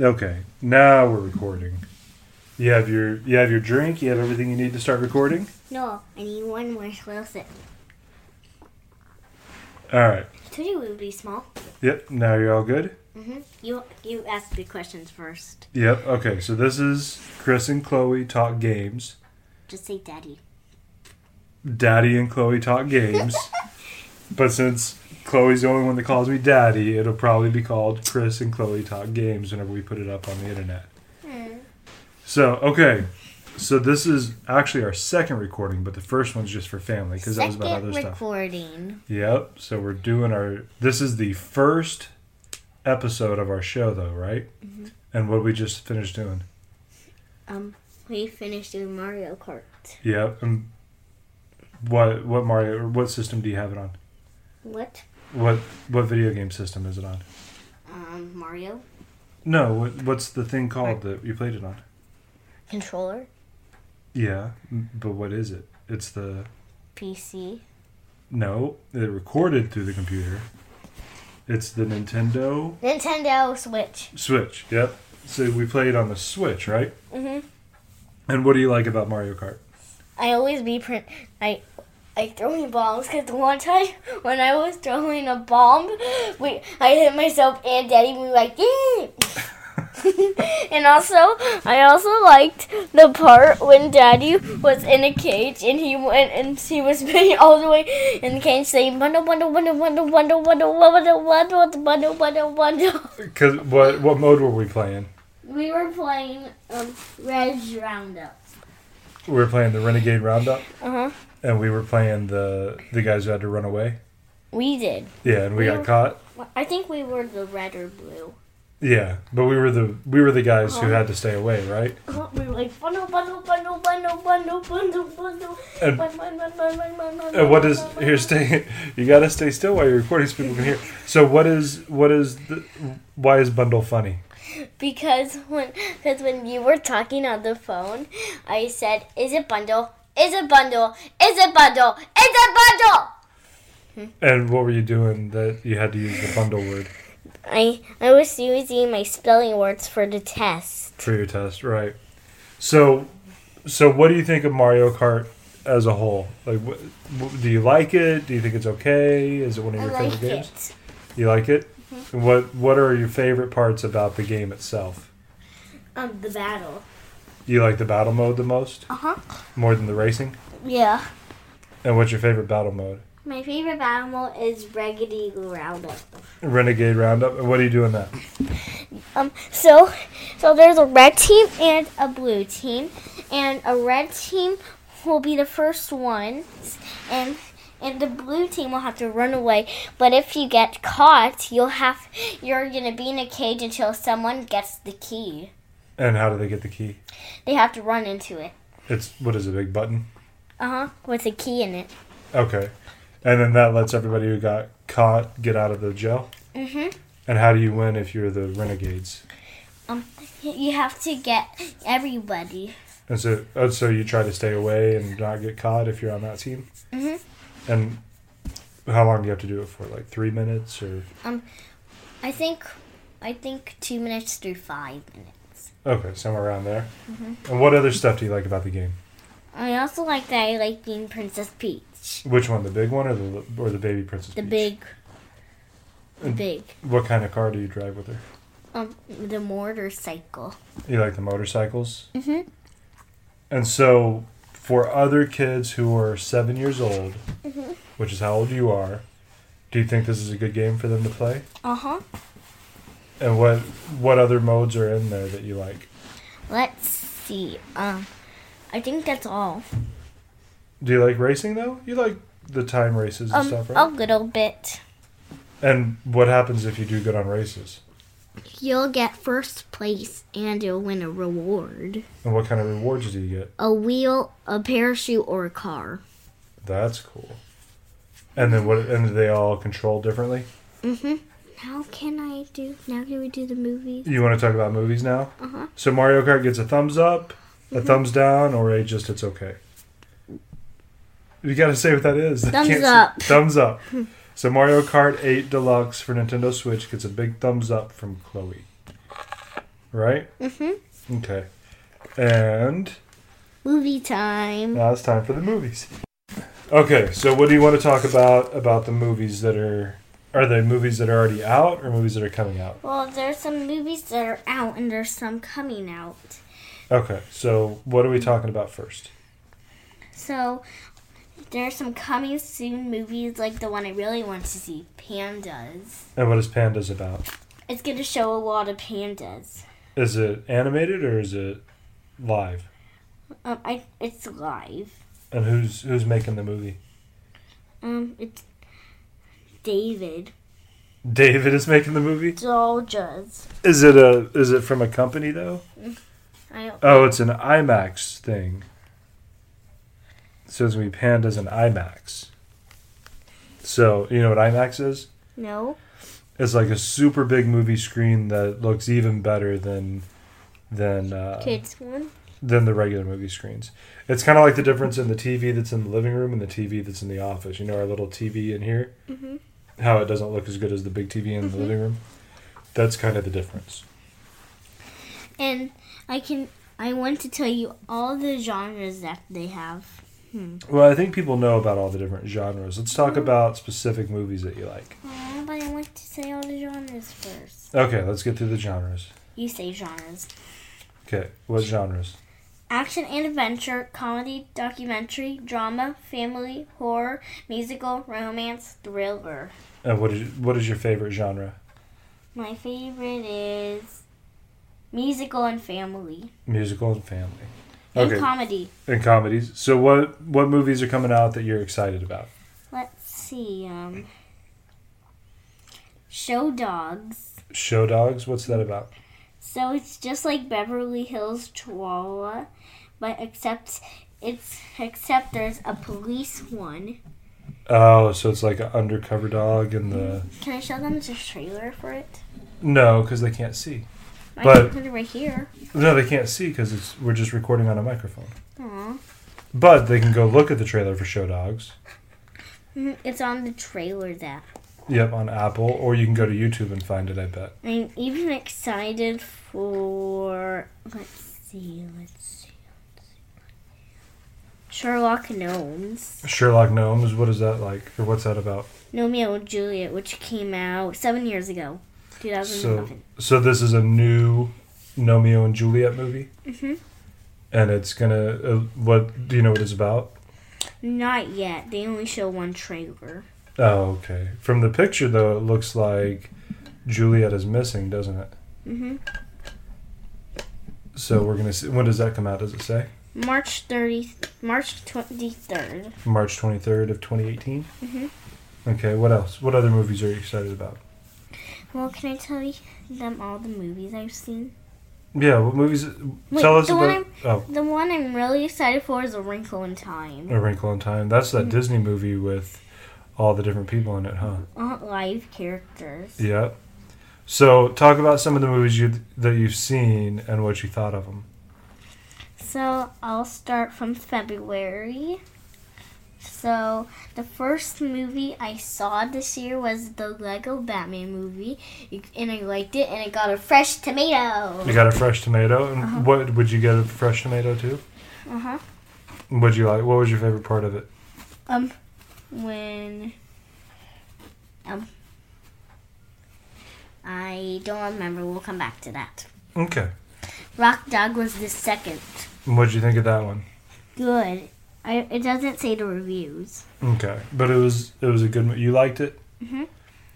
Okay, now we're recording. You have your you have your drink. You have everything you need to start recording. No, I need one more little sip. All right. I told you it would be small. Yep. Now you're all good. hmm You you asked the questions first. Yep. Okay. So this is Chris and Chloe talk games. Just say daddy. Daddy and Chloe talk games. but since Chloe's the only one that calls me daddy, it'll probably be called Chris and Chloe talk games whenever we put it up on the internet. Hmm. So okay. So this is actually our second recording, but the first one's just for family because that was about other stuff. recording. Yep. So we're doing our. This is the first episode of our show, though, right? And what we just finished doing. Um, we finished doing Mario Kart. Yep. And what what Mario? Or what system do you have it on? What? What what video game system is it on? Um, Mario No. What, what's the thing called that you played it on? controller Yeah. m- But what is it? It's the PC. no. It recorded through the computer. It's the Nintendo Nintendo Switch. Switch. Yep. So we played on the Switch, right? Mhm. And what do you like about Mario Kart? I always be print. I I throwing bombs because the one time when I was throwing a bomb, we I hit myself and Daddy. We were like, "Yeah." and also I also liked the part when Daddy was in a cage and he went and he was spinning all the way in the cage saying bundle bundle bundle bundle bundle bundle bundle bundle bundle bundle bundle. Cause what what mode were we playing? We were playing um Reg Roundup. We were playing the Renegade Roundup, Uh huh. and we were playing the the guys who had to run away. We did. Yeah, and we got caught. I think we were the red or blue. Yeah, but we were the we were the guys who had to stay away, right? We were like bundle, bundle, bundle, bundle, bundle, bundle, bundle. And, Bun, bun, bun, bun, bun, bun, bun, and what bun, is bun, bun. here? Stay. You gotta stay still while you're recording, so people can hear. So what is what is the why is bundle funny? Because when, because when you were talking on the phone, I said, "Is it bundle? Is it bundle? Is it bundle? Is it bundle?" And what were you doing that you had to use the bundle word I I was using my spelling words for the test. for your test, right? So, so what do you think of Mario Kart as a whole? Like, what, what, do you like it? Do you think it's okay? Is it one of I your like favorite games? it. Mm-hmm. You like it? And What What are your favorite parts about the game itself? Um, the battle. You like the battle mode the most, Uh huh. more than the racing. Yeah. And what's your favorite battle mode? My favorite battle mode is Raggedy Eagle Roundup. Renegade Roundup. And what do you do in that? Um, so, so there's a red team and a blue team, and a red team will be the first ones, and and the blue team will have to run away. But if you get caught, you'll have you're gonna be in a cage until someone gets the key. And how do they get the key? They have to run into it. It's what is it, a big button? Uh huh. With a key in it. Okay, and then that lets everybody who got caught get out of the jail. Mhm. And how do you win if you're the renegades? Um, you have to get everybody. And so, oh, so you try to stay away and not get caught if you're on that team. Mhm. And how long do you have to do it for? Like three minutes, or I think, I think two minutes through five minutes. okay, somewhere around there. Mm-hmm. And what other stuff do you like about the game? I also like that I like being Princess Peach. Which one, the big one or the or the baby princess? The Peach? big, the And big, What kind of car do you drive with her? um, the motorcycle. You like the motorcycles? Mhm. And so, for other kids who are seven years old, Mm-hmm. which is how old you are, do you think this is a good game for them to play? Uh huh. And what what other modes are in there that you like? Let's see. Um, I think that's all. Do you like racing though? You like the time races and Um, stuff, right? a little bit. And what happens if you do good on races? You'll get first place and you'll win a reward: And what kind of rewards do you get? a wheel, a parachute, or a car. That's cool. And then what? And do they all control differently? Mhm. How can I do? Now can we do the movies? You want to talk about movies now? Uh huh. So Mario Kart gets a thumbs up, a Mm-hmm. thumbs down, or a just it's okay. You got to say what that is. I Thumbs can't say- up. thumbs up. So Mario Kart 8 Deluxe for Nintendo Switch gets a big thumbs up from Chloe. right? Mm-hmm. Okay. And Movie time. now it's time for the movies. Okay, so what do you want to talk about about the movies that are are they movies that are already out or movies that are coming out? Well, there's some movies that are out and there's some coming out. Okay, so what are we talking about first? So there's some coming soon movies like the one I really want to see, Pandas. And what is Pandas about? It's going to show a lot of pandas. Is it animated or is it live? Um, I, it's live. And who's who's making the movie? Um, it's David David is making the movie. Dolges. Is it a is it from a company though? I don't. Oh, it's an IMAX thing. So it's gonna be Pandas and IMAX. So you know what IMAX is? No. It's like a super big movie screen that looks even better than than uh, Kids one. than the regular movie screens. It's kind of like the difference in the TV that's in the living room and the TV that's in the office. You know, our little TV in here, Mhm. how it doesn't look as good as the big TV in the living room. That's kind of the difference. And I can. I want to tell you all the genres that they have. Well, I think people know about all the different genres. Let's talk about specific movies that you like. Aw, but I want to say all the genres first. Okay, let's get through the genres. You say genres. Okay, what genres? Action and adventure, comedy, documentary, drama, family, horror, musical, romance, thriller. And what is what is your favorite genre? My favorite is musical and family. Musical and family. And Okay. comedy. And comedies. So what what movies are coming out that you're excited about? Let's see. Um, show dogs. Show Dogs, what's that about? So it's just like Beverly Hills Chihuahua, but except it's except there's a police one. Oh, so it's like an undercover dog and the Can I show them the trailer for it? No, cuz they can't see. I But- can put it right here. No, they can't see cuz it's we're just recording on a microphone. Aw. But they can go look at the trailer for Show Dogs. Mhm, It's on the trailer that Yep, on Apple or you can go to YouTube and find it, I bet. I'm even excited for. Let's see. Let's see. Let's see. Sherlock Gnomes. Sherlock Gnomes, what is that like or what's that about? Romeo and Juliet, which came out seven years ago, 2011. So this is a new Romeo and Juliet movie, Mhm. and it's gonna. Uh, what do you know what it's about? Not yet. They only show one trailer. Oh, okay. From the picture though, it looks like Juliet is missing, doesn't it? hmm So we're gonna see. When does that come out? Does it say March 30, March 23rd. March twenty third of twenty eighteen? Mhm. Okay. What else? What other movies are you excited about? Well, can I tell you them all the movies I've seen? Yeah. What movies? Wait, tell us the one about. Oh, The one I'm really excited for is A Wrinkle in Time. A Wrinkle in Time. That's Mm. that Disney movie with all the different people in it, huh? Aren't live characters. Yep. So, talk about some of the movies you that you've seen and what you thought of them. So I'll start from February. So the first movie I saw this year was the Lego Batman movie, and I liked it, and I got a fresh You tomato. got a fresh tomato, and Uh-huh. what would you get a fresh tomato too? Uh huh. Would you like? What was your favorite part of it? Um, when um, I don't remember. We'll come back to that. Okay. Rock Dog was the second. And What'd you think of that one? Good. I, it doesn't say the reviews. Okay, but it was it was a good. mo- You liked it. Mhm.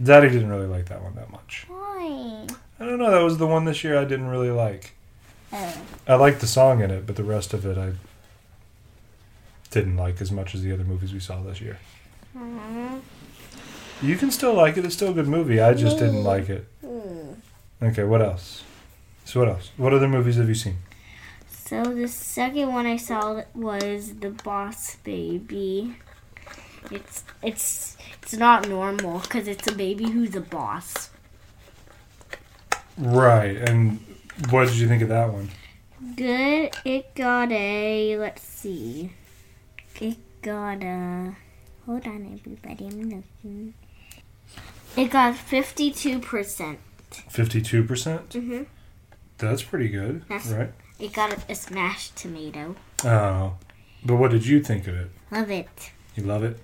Daddy didn't really like that one that much. Why? I don't know. That was the one this year I didn't really like. Oh. I liked the song in it, but the rest of it I didn't like as much as the other movies we saw this year. Mm. You can still like it. It's still a good movie. I just didn't Mm. like it. Mm. Okay, what else? So what else? What other movies have you seen? So the second one I saw was the Boss Baby. It's it's it's not normal because it's a baby who's a boss. Right, and what did you think of that one? Good. It got a let's see. It got a hold on everybody. I'm looking. It got fifty two percent. Fifty-two percent. Mhm. That's pretty good, That's- right? It got a, a smashed tomato. Oh, but what did you think of it? Love it. You love it?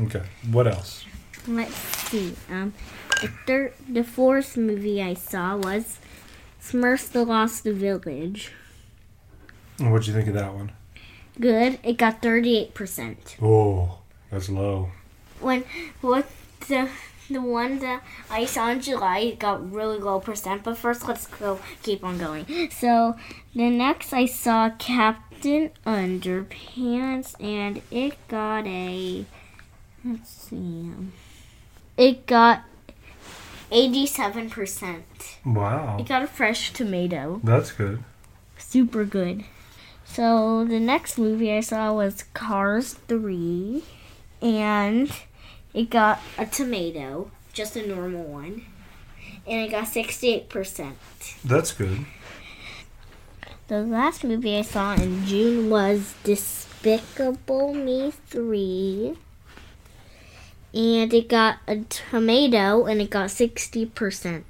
Okay. What else? Let's see. Um, the third, the fourth movie I saw was Smurfs: The Lost Village. And What'd you think of that one? Good. It got thirty-eight percent. Oh, that's low. When what the the one that I saw in July it got really low percent. But first, let's go keep on going. So the next I saw Captain Underpants, and it got a let's see, um, it got eighty-seven percent. Wow. It got a fresh tomato. That's good. Super good. So the next movie I saw was Cars 3 and it got a tomato, just a normal one. And it got 68%. That's good. The last movie I saw in June was Despicable Me 3. And it got a tomato and it got 60%.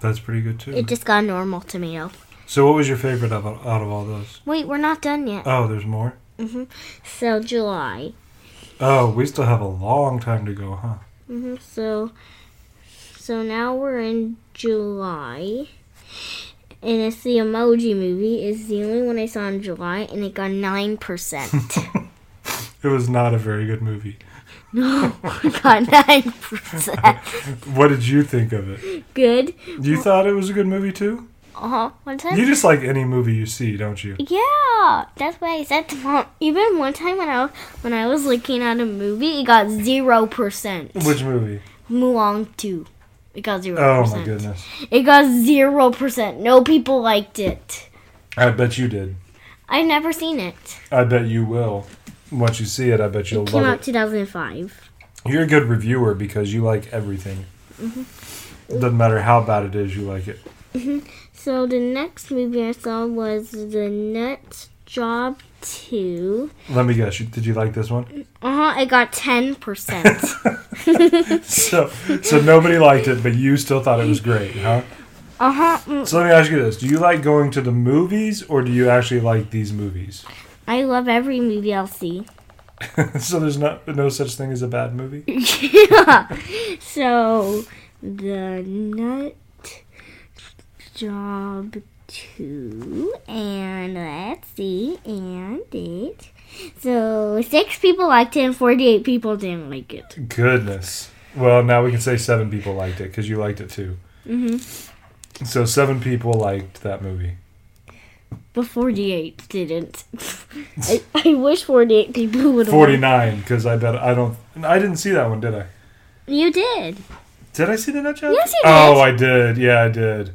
That's pretty good too. It just got a normal tomato. so, what was your favorite out of, out of all those? Wait, we're not done yet. Oh, there's more. So July. Oh, we still have a long time to go, huh? hmm So, so now we're in July, and it's the Emoji Movie. Is the only one I saw in July, and it got nine percent. It was not a very good movie. No, it got nine percent. What did you think of it? Good. You thought it was a good movie too? Uh huh. One time. You just like any movie you see, don't you? yeah, that's what I said to mom. Even one time when I when I was looking at a movie, it got zero percent. Which movie? Mulan two, it got zero Oh my percent. goodness. It got zero percent. No people liked it. I bet you did. I've never seen it. I bet you will. Once you see it, I bet you'll Came love out it. 2005. You're a good reviewer because you like everything. Mm-hmm. Doesn't matter how bad it is, you like it. So the next movie I saw was The Nut Job 2. Let me guess. you- Did you like this one? Uh huh. It got 10%. So, so nobody liked it, but you still thought it was great, huh? uh huh. So let me ask you this: Do you like going to the movies, or do you actually like these movies? I love every movie I'll see. so there's not no such thing as a bad movie. So The Nut Job 2. And let's see. And it. So six people liked it and 48 people didn't like it. Goodness. Well, now we can say seven people liked it because you liked it too. Mm-hmm. So seven people liked that movie. But 48 didn't. I, I wish 48 people would have. Forty-nine, because I bet I don't. I didn't see that one, did I? You did. Did I see the nut job? Yes, you Oh, did. I did. Yeah, I did.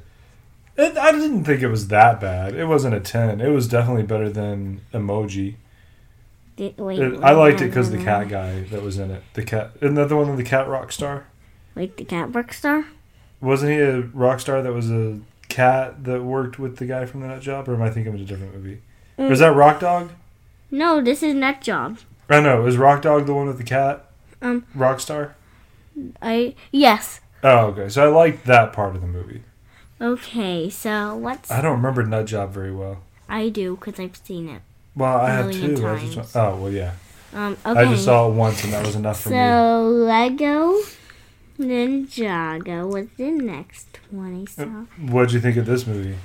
It, I didn't think it was that bad. It wasn't a ten. It was definitely better than Emoji. Did- wait, It- Uh, I liked it because the Mm-hmm. cat guy that was in it. The cat. Isn't that the one with the cat rock star? Like the cat rock star? Wasn't he a rock star that was a cat that worked with the guy from the Nut Job? Or am I thinking of a different movie? Or Mm. is that Rock Dog? No, this is Nut Job. I know. Is Rock Dog the one with the cat? Um. rock star. I. Yes. Oh, okay. So I liked that part of the movie. Okay, so what's. I don't remember Nut Job very well. I do, because I've seen it. Well, I A have million two. I just- times. oh well, yeah. Um, okay. I just saw it once, and that was enough for me. So, Lego Ninjago was the next one I saw. What'd you think of this movie?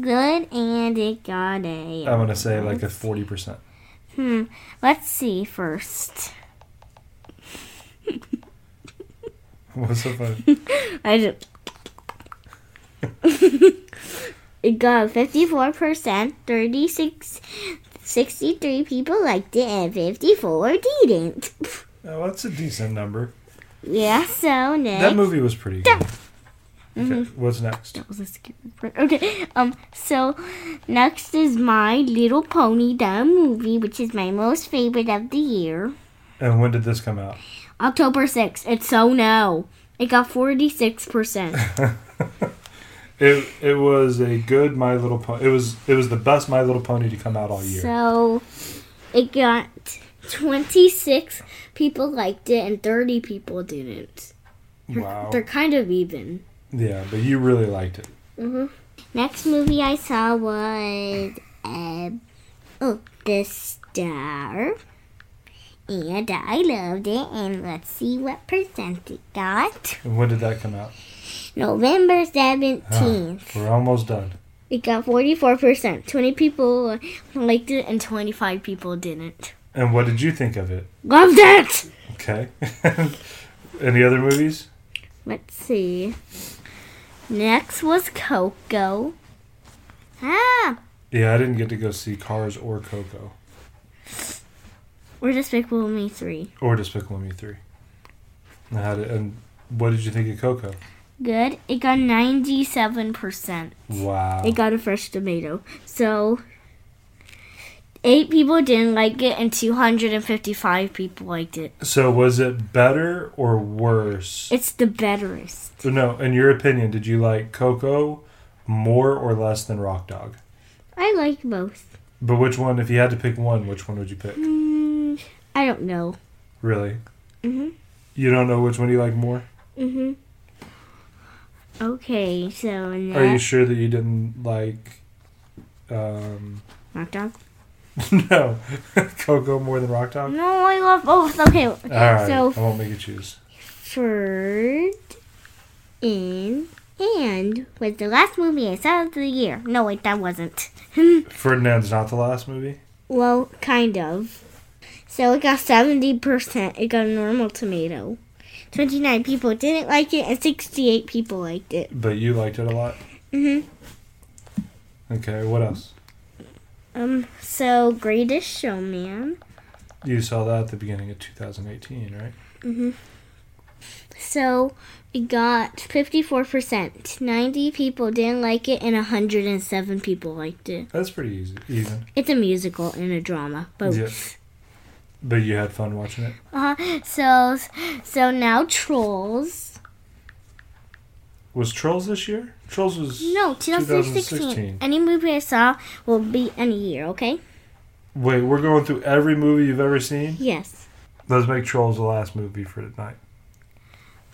Good, and it got a. I'm gonna say like a forty percent. Hmm. Let's see first. What's so funny? I just. it got 54%, 36, 63 people liked it, and 54 didn't. Oh, that's a decent number. Yeah, so next. That movie was pretty good. Okay, what's next? That was a scary part. Okay, um, so next is My Little Pony, the movie, which is my most favorite of the year. And when did this come out? October 6th. It's so no. It got 46%. It it was a good My Little Pony. It was it was the best My Little Pony to come out all year. so it got 26 people liked it and 30 people didn't. Wow. They're kind of even. Yeah, but you really liked it. Next movie I saw was um, oh, The Star, and I loved it. And let's see what percent it got. And when did that come out? November seventeenth. We're almost done. It got 44%. 20 people liked it and 25 people didn't. And what did you think of it? Loved it! Okay. Any other movies? Let's see. Next was Coco. Ah! Yeah, I didn't get to go see Cars or Coco Or Despicable Me 3. or Despicable Me Three. And How did, and what did you think of Coco? Good. It got 97%. Wow. It got a fresh tomato. So, 8 people didn't like it and 255 people liked it. So was it better or worse? It's the betterest. no, in your opinion, did you like Coco more or less than Rock Dog? I like both. But which one, if you had to pick one, which one would you pick? Mm, I don't know. Really? hmm You don't know which one you like more? Mhm. Okay, so Are you next, sure that you didn't like um Rock Dog. no Coco more than Rock Dog? No, I love both. Okay, All right, Mm-hmm. so I won't make you choose. third in and was the last movie I saw of the year. No, wait, that wasn't. Ferdinand's not the last movie. well, kind of. So it got seventy percent. It got a normal tomato. Twenty-nine people didn't like it, and sixty-eight people liked it. But you liked it a lot. Mhm. Okay, what else? Um. So Greatest Showman. You saw that at the beginning of 2018, right? So we got 54%. 90 people didn't like it, and 107 people liked it. That's pretty easy, even. It's a musical and a drama, both. Yeah. But you had fun watching it. Uh, so, so now Trolls. Was Trolls this year? Trolls was No, 2016. 2016. Any movie I saw will be any year, okay? Wait, we're going through every movie you've ever seen. Yes. Let's make Trolls the last movie for tonight.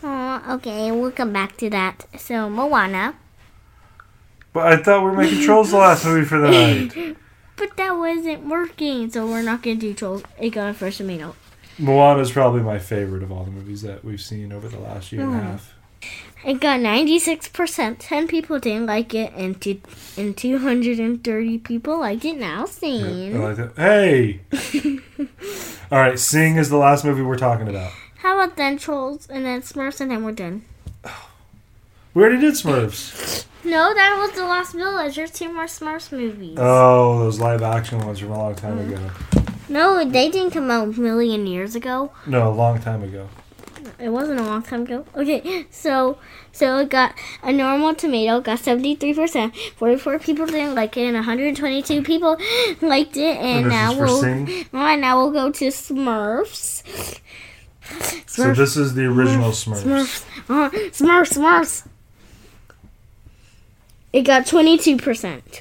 Uh, okay, we'll come back to that. So Moana. But I thought we were making Trolls the last movie for the night. But that wasn't working, so we're not gonna do Trolls. It got a fresh tomato. Moana's probably my favorite of all the movies that we've seen over the last year and a Mm. half. It got 96%. 10 people didn't like it, and, two, and 230 people liked it now. Sing. I like that. Hey! all right, Sing is the last movie we're talking about. How about then Trolls and then Smurfs, and then we're done? We already did Smurfs. No, that was The Lost Village. There's two more Smurfs movies. Oh, those live action ones from a long time Hmm. ago. no, they didn't come out a million years ago. No, a long time ago. It wasn't a long time ago. Okay, so so it got a normal tomato, got 73%. 44 people didn't like it, and 122 people liked it, And and, this now is for we'll. Sing. Alright, now we'll go to Smurfs. So Smurfs, this is the original Smurfs. Smurfs, uh, Smurfs, Smurfs. It got 22%.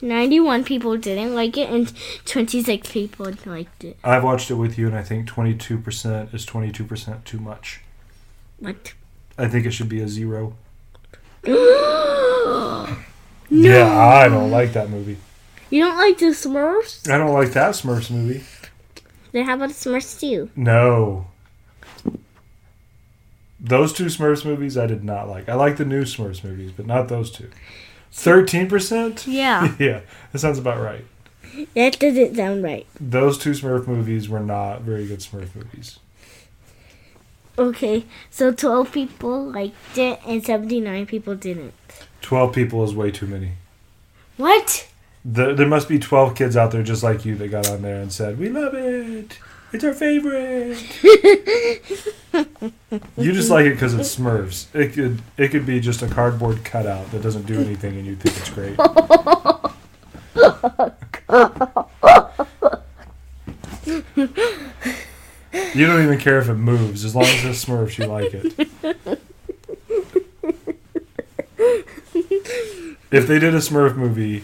91 people didn't like it, and 26 people liked it. I've watched it with you, and I think 22% is 22% too much. What? I think it should be a zero. you Yeah, I don't like that movie. don't like the Smurfs? I don't like that Smurfs movie. Then how about the Smurfs too? No. Those two Smurfs movies I did not like. I like the new Smurfs movies, but not those two. 13%? Yeah. Yeah, that sounds about right. that doesn't sound right. Those two Smurf movies were not very good Smurf movies. Okay, so 12 people liked it, and 79 people didn't. 12 people is way too many. What? There, there must be 12 kids out there just like you that got on there and said, We love it. It's our favorite. you just like it because it's Smurfs. It could, it could be just a cardboard cutout that doesn't do anything and you think it's great. you don't even care if it moves. As long as it's Smurfs, you like it. If they did a Smurf movie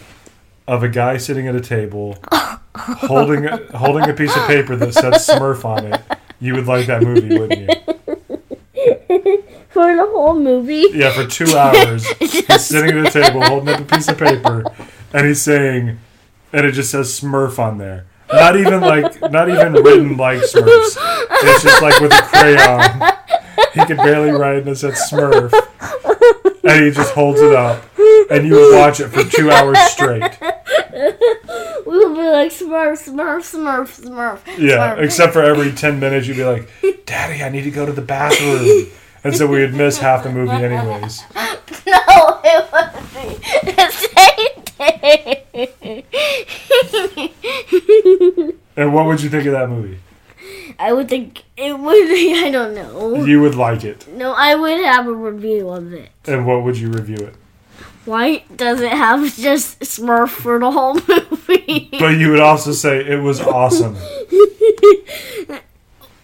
of a guy sitting at a table holding holding a piece of paper that said Smurf on it, you would like that movie, wouldn't you? for the whole movie. Yeah, for two hours. he's sitting at a table holding up a piece of paper and he's saying and it just says Smurf on there. Not even like not even written like Smurfs. It's just like with a crayon. He could barely write and it said Smurf. And he just holds it up. And you would watch it for two hours straight. We would be like Smurf, Smurf, Smurf, Smurf. Yeah. Smurf. Except for every ten minutes you'd be like, Daddy, I need to go to the bathroom. And so we would miss half the movie anyways. No, it would be the same thing. And what would you think of that movie? I would think it would be. I don't know. You would like it. No, I would have a review of it. And what would you review it? Why does it have just Smurf for the whole movie? But you would also say it was awesome.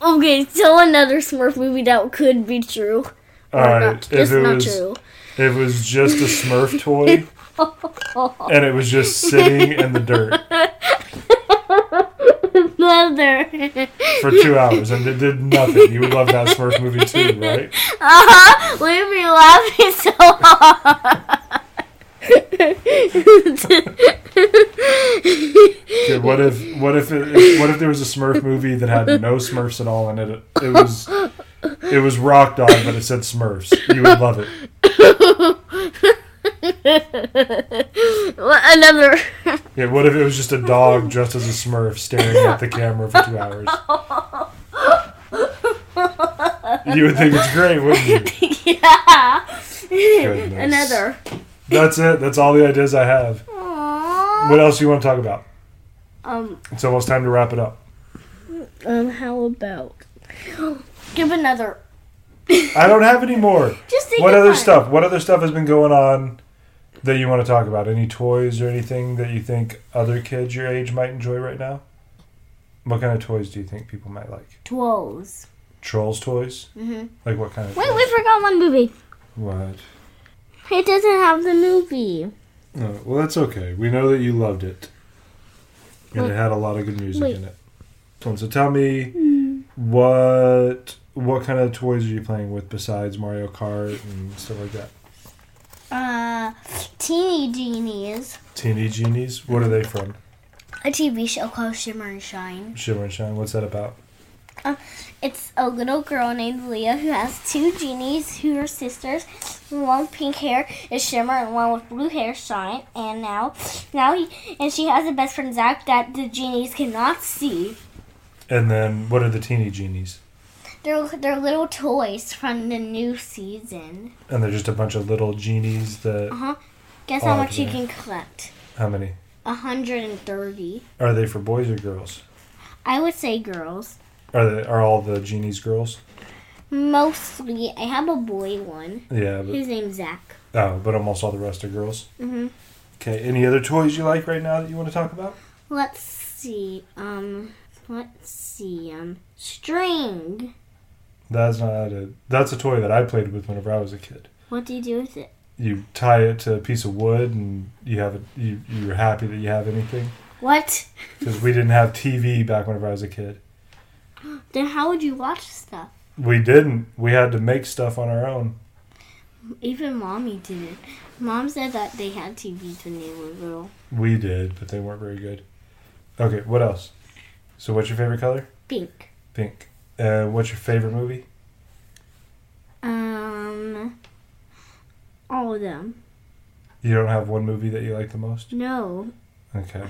okay, so another Smurf movie that could be true. All Or right. not, If it's it not was true. if it was just a Smurf toy and it was just sitting in the dirt Mother. for two hours and it did nothing, you would love that Smurf movie too, right? Uh-huh. We'd be laughing so hard. Okay, what if what if it, if- what if there was a Smurf movie that had no Smurfs at all and it it was it was Rock Dog but it said Smurfs? You would love it. Well, Another. Yeah, what if it was just a dog dressed as a Smurf staring at the camera for two hours? You would think it's great, wouldn't you? yeah. Goodness. Another. That's it. That's all the ideas I have. What else do you want to talk about? Um, It's almost time to wrap it up. um, how about? Give another. I don't have any more. Just think What of other one. stuff? What other stuff has been going on that you want to talk about? Any toys or anything that you think other kids your age might enjoy right now? What kind of toys do you think people might like? Twos. Trolls toys? Mhm. Like what kind of? Wait, toys? we forgot one movie. What? It doesn't have the movie. No, well, that's okay. We know that you loved it, and it had a lot of good music Wait. Hmm. in it. So so tell me, what what kind of toys are you playing with besides Mario Kart and stuff like that? Uh, Teeny Genies, Teeny Genies. What are they from? a TV show called Shimmer and Shine. Shimmer and Shine. What's that about? It's a little girl named Leah who has two genies who are sisters. One with pink hair is Shimmer, and one with blue hair, Shine. And now, now, he, and she has a best friend Zach that the genies cannot see. And then what are the Teeny Genies? They're they're little toys from the new season. And they're just a bunch of little genies that. Uh-huh. Guess how Oh, much you yeah. can collect? How many? A hundred and thirty. Are they for boys or girls? I would say girls. Are they are all the genies girls? Mostly, I have a boy one. Yeah, but His name's Zach. oh, but almost all the rest are girls. Mhm. Okay. Any other toys you like right now that you want to talk about? Let's see. Um, let's see. Um, string. That's not a. That's a toy that I played with whenever I was a kid. What do you do with it? You tie it to a piece of wood, and you have it. You you're happy that you have anything What? because we didn't have TV back whenever I was a kid. Then how would you watch stuff? We didn't. We had to make stuff on our own. Even mommy didn't. Mom said that they had TVs when they were little. We did, but they weren't very good. Okay, what else? So, what's your favorite color? Pink. Pink. Uh, what's your favorite movie? Um, all of them. You don't have one movie that you like the most. No. Okay.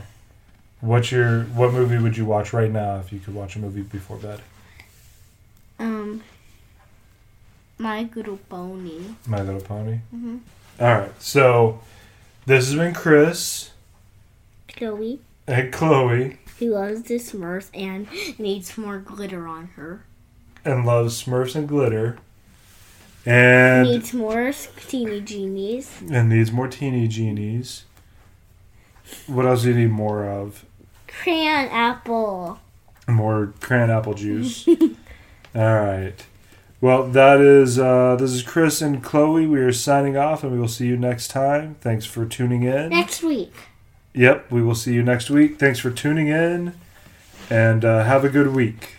What's your what movie would you watch right now if you could watch a movie before bed? Um, my little pony. My Little Pony. Mhm. All right. So, this has been Chris Chloe, and Chloe who loves the Smurfs and needs more glitter on her. and loves Smurfs and glitter, and needs more teeny genies. and needs more teeny genies. What else do you need more of? Crayon apple. more crayon apple juice. All right. Well, that is uh, this is Chris and Chloe. We are signing off, and we will see you next time. Thanks for tuning in. Next week. Yep, we will see you next week. Thanks for tuning in, and uh, have a good week.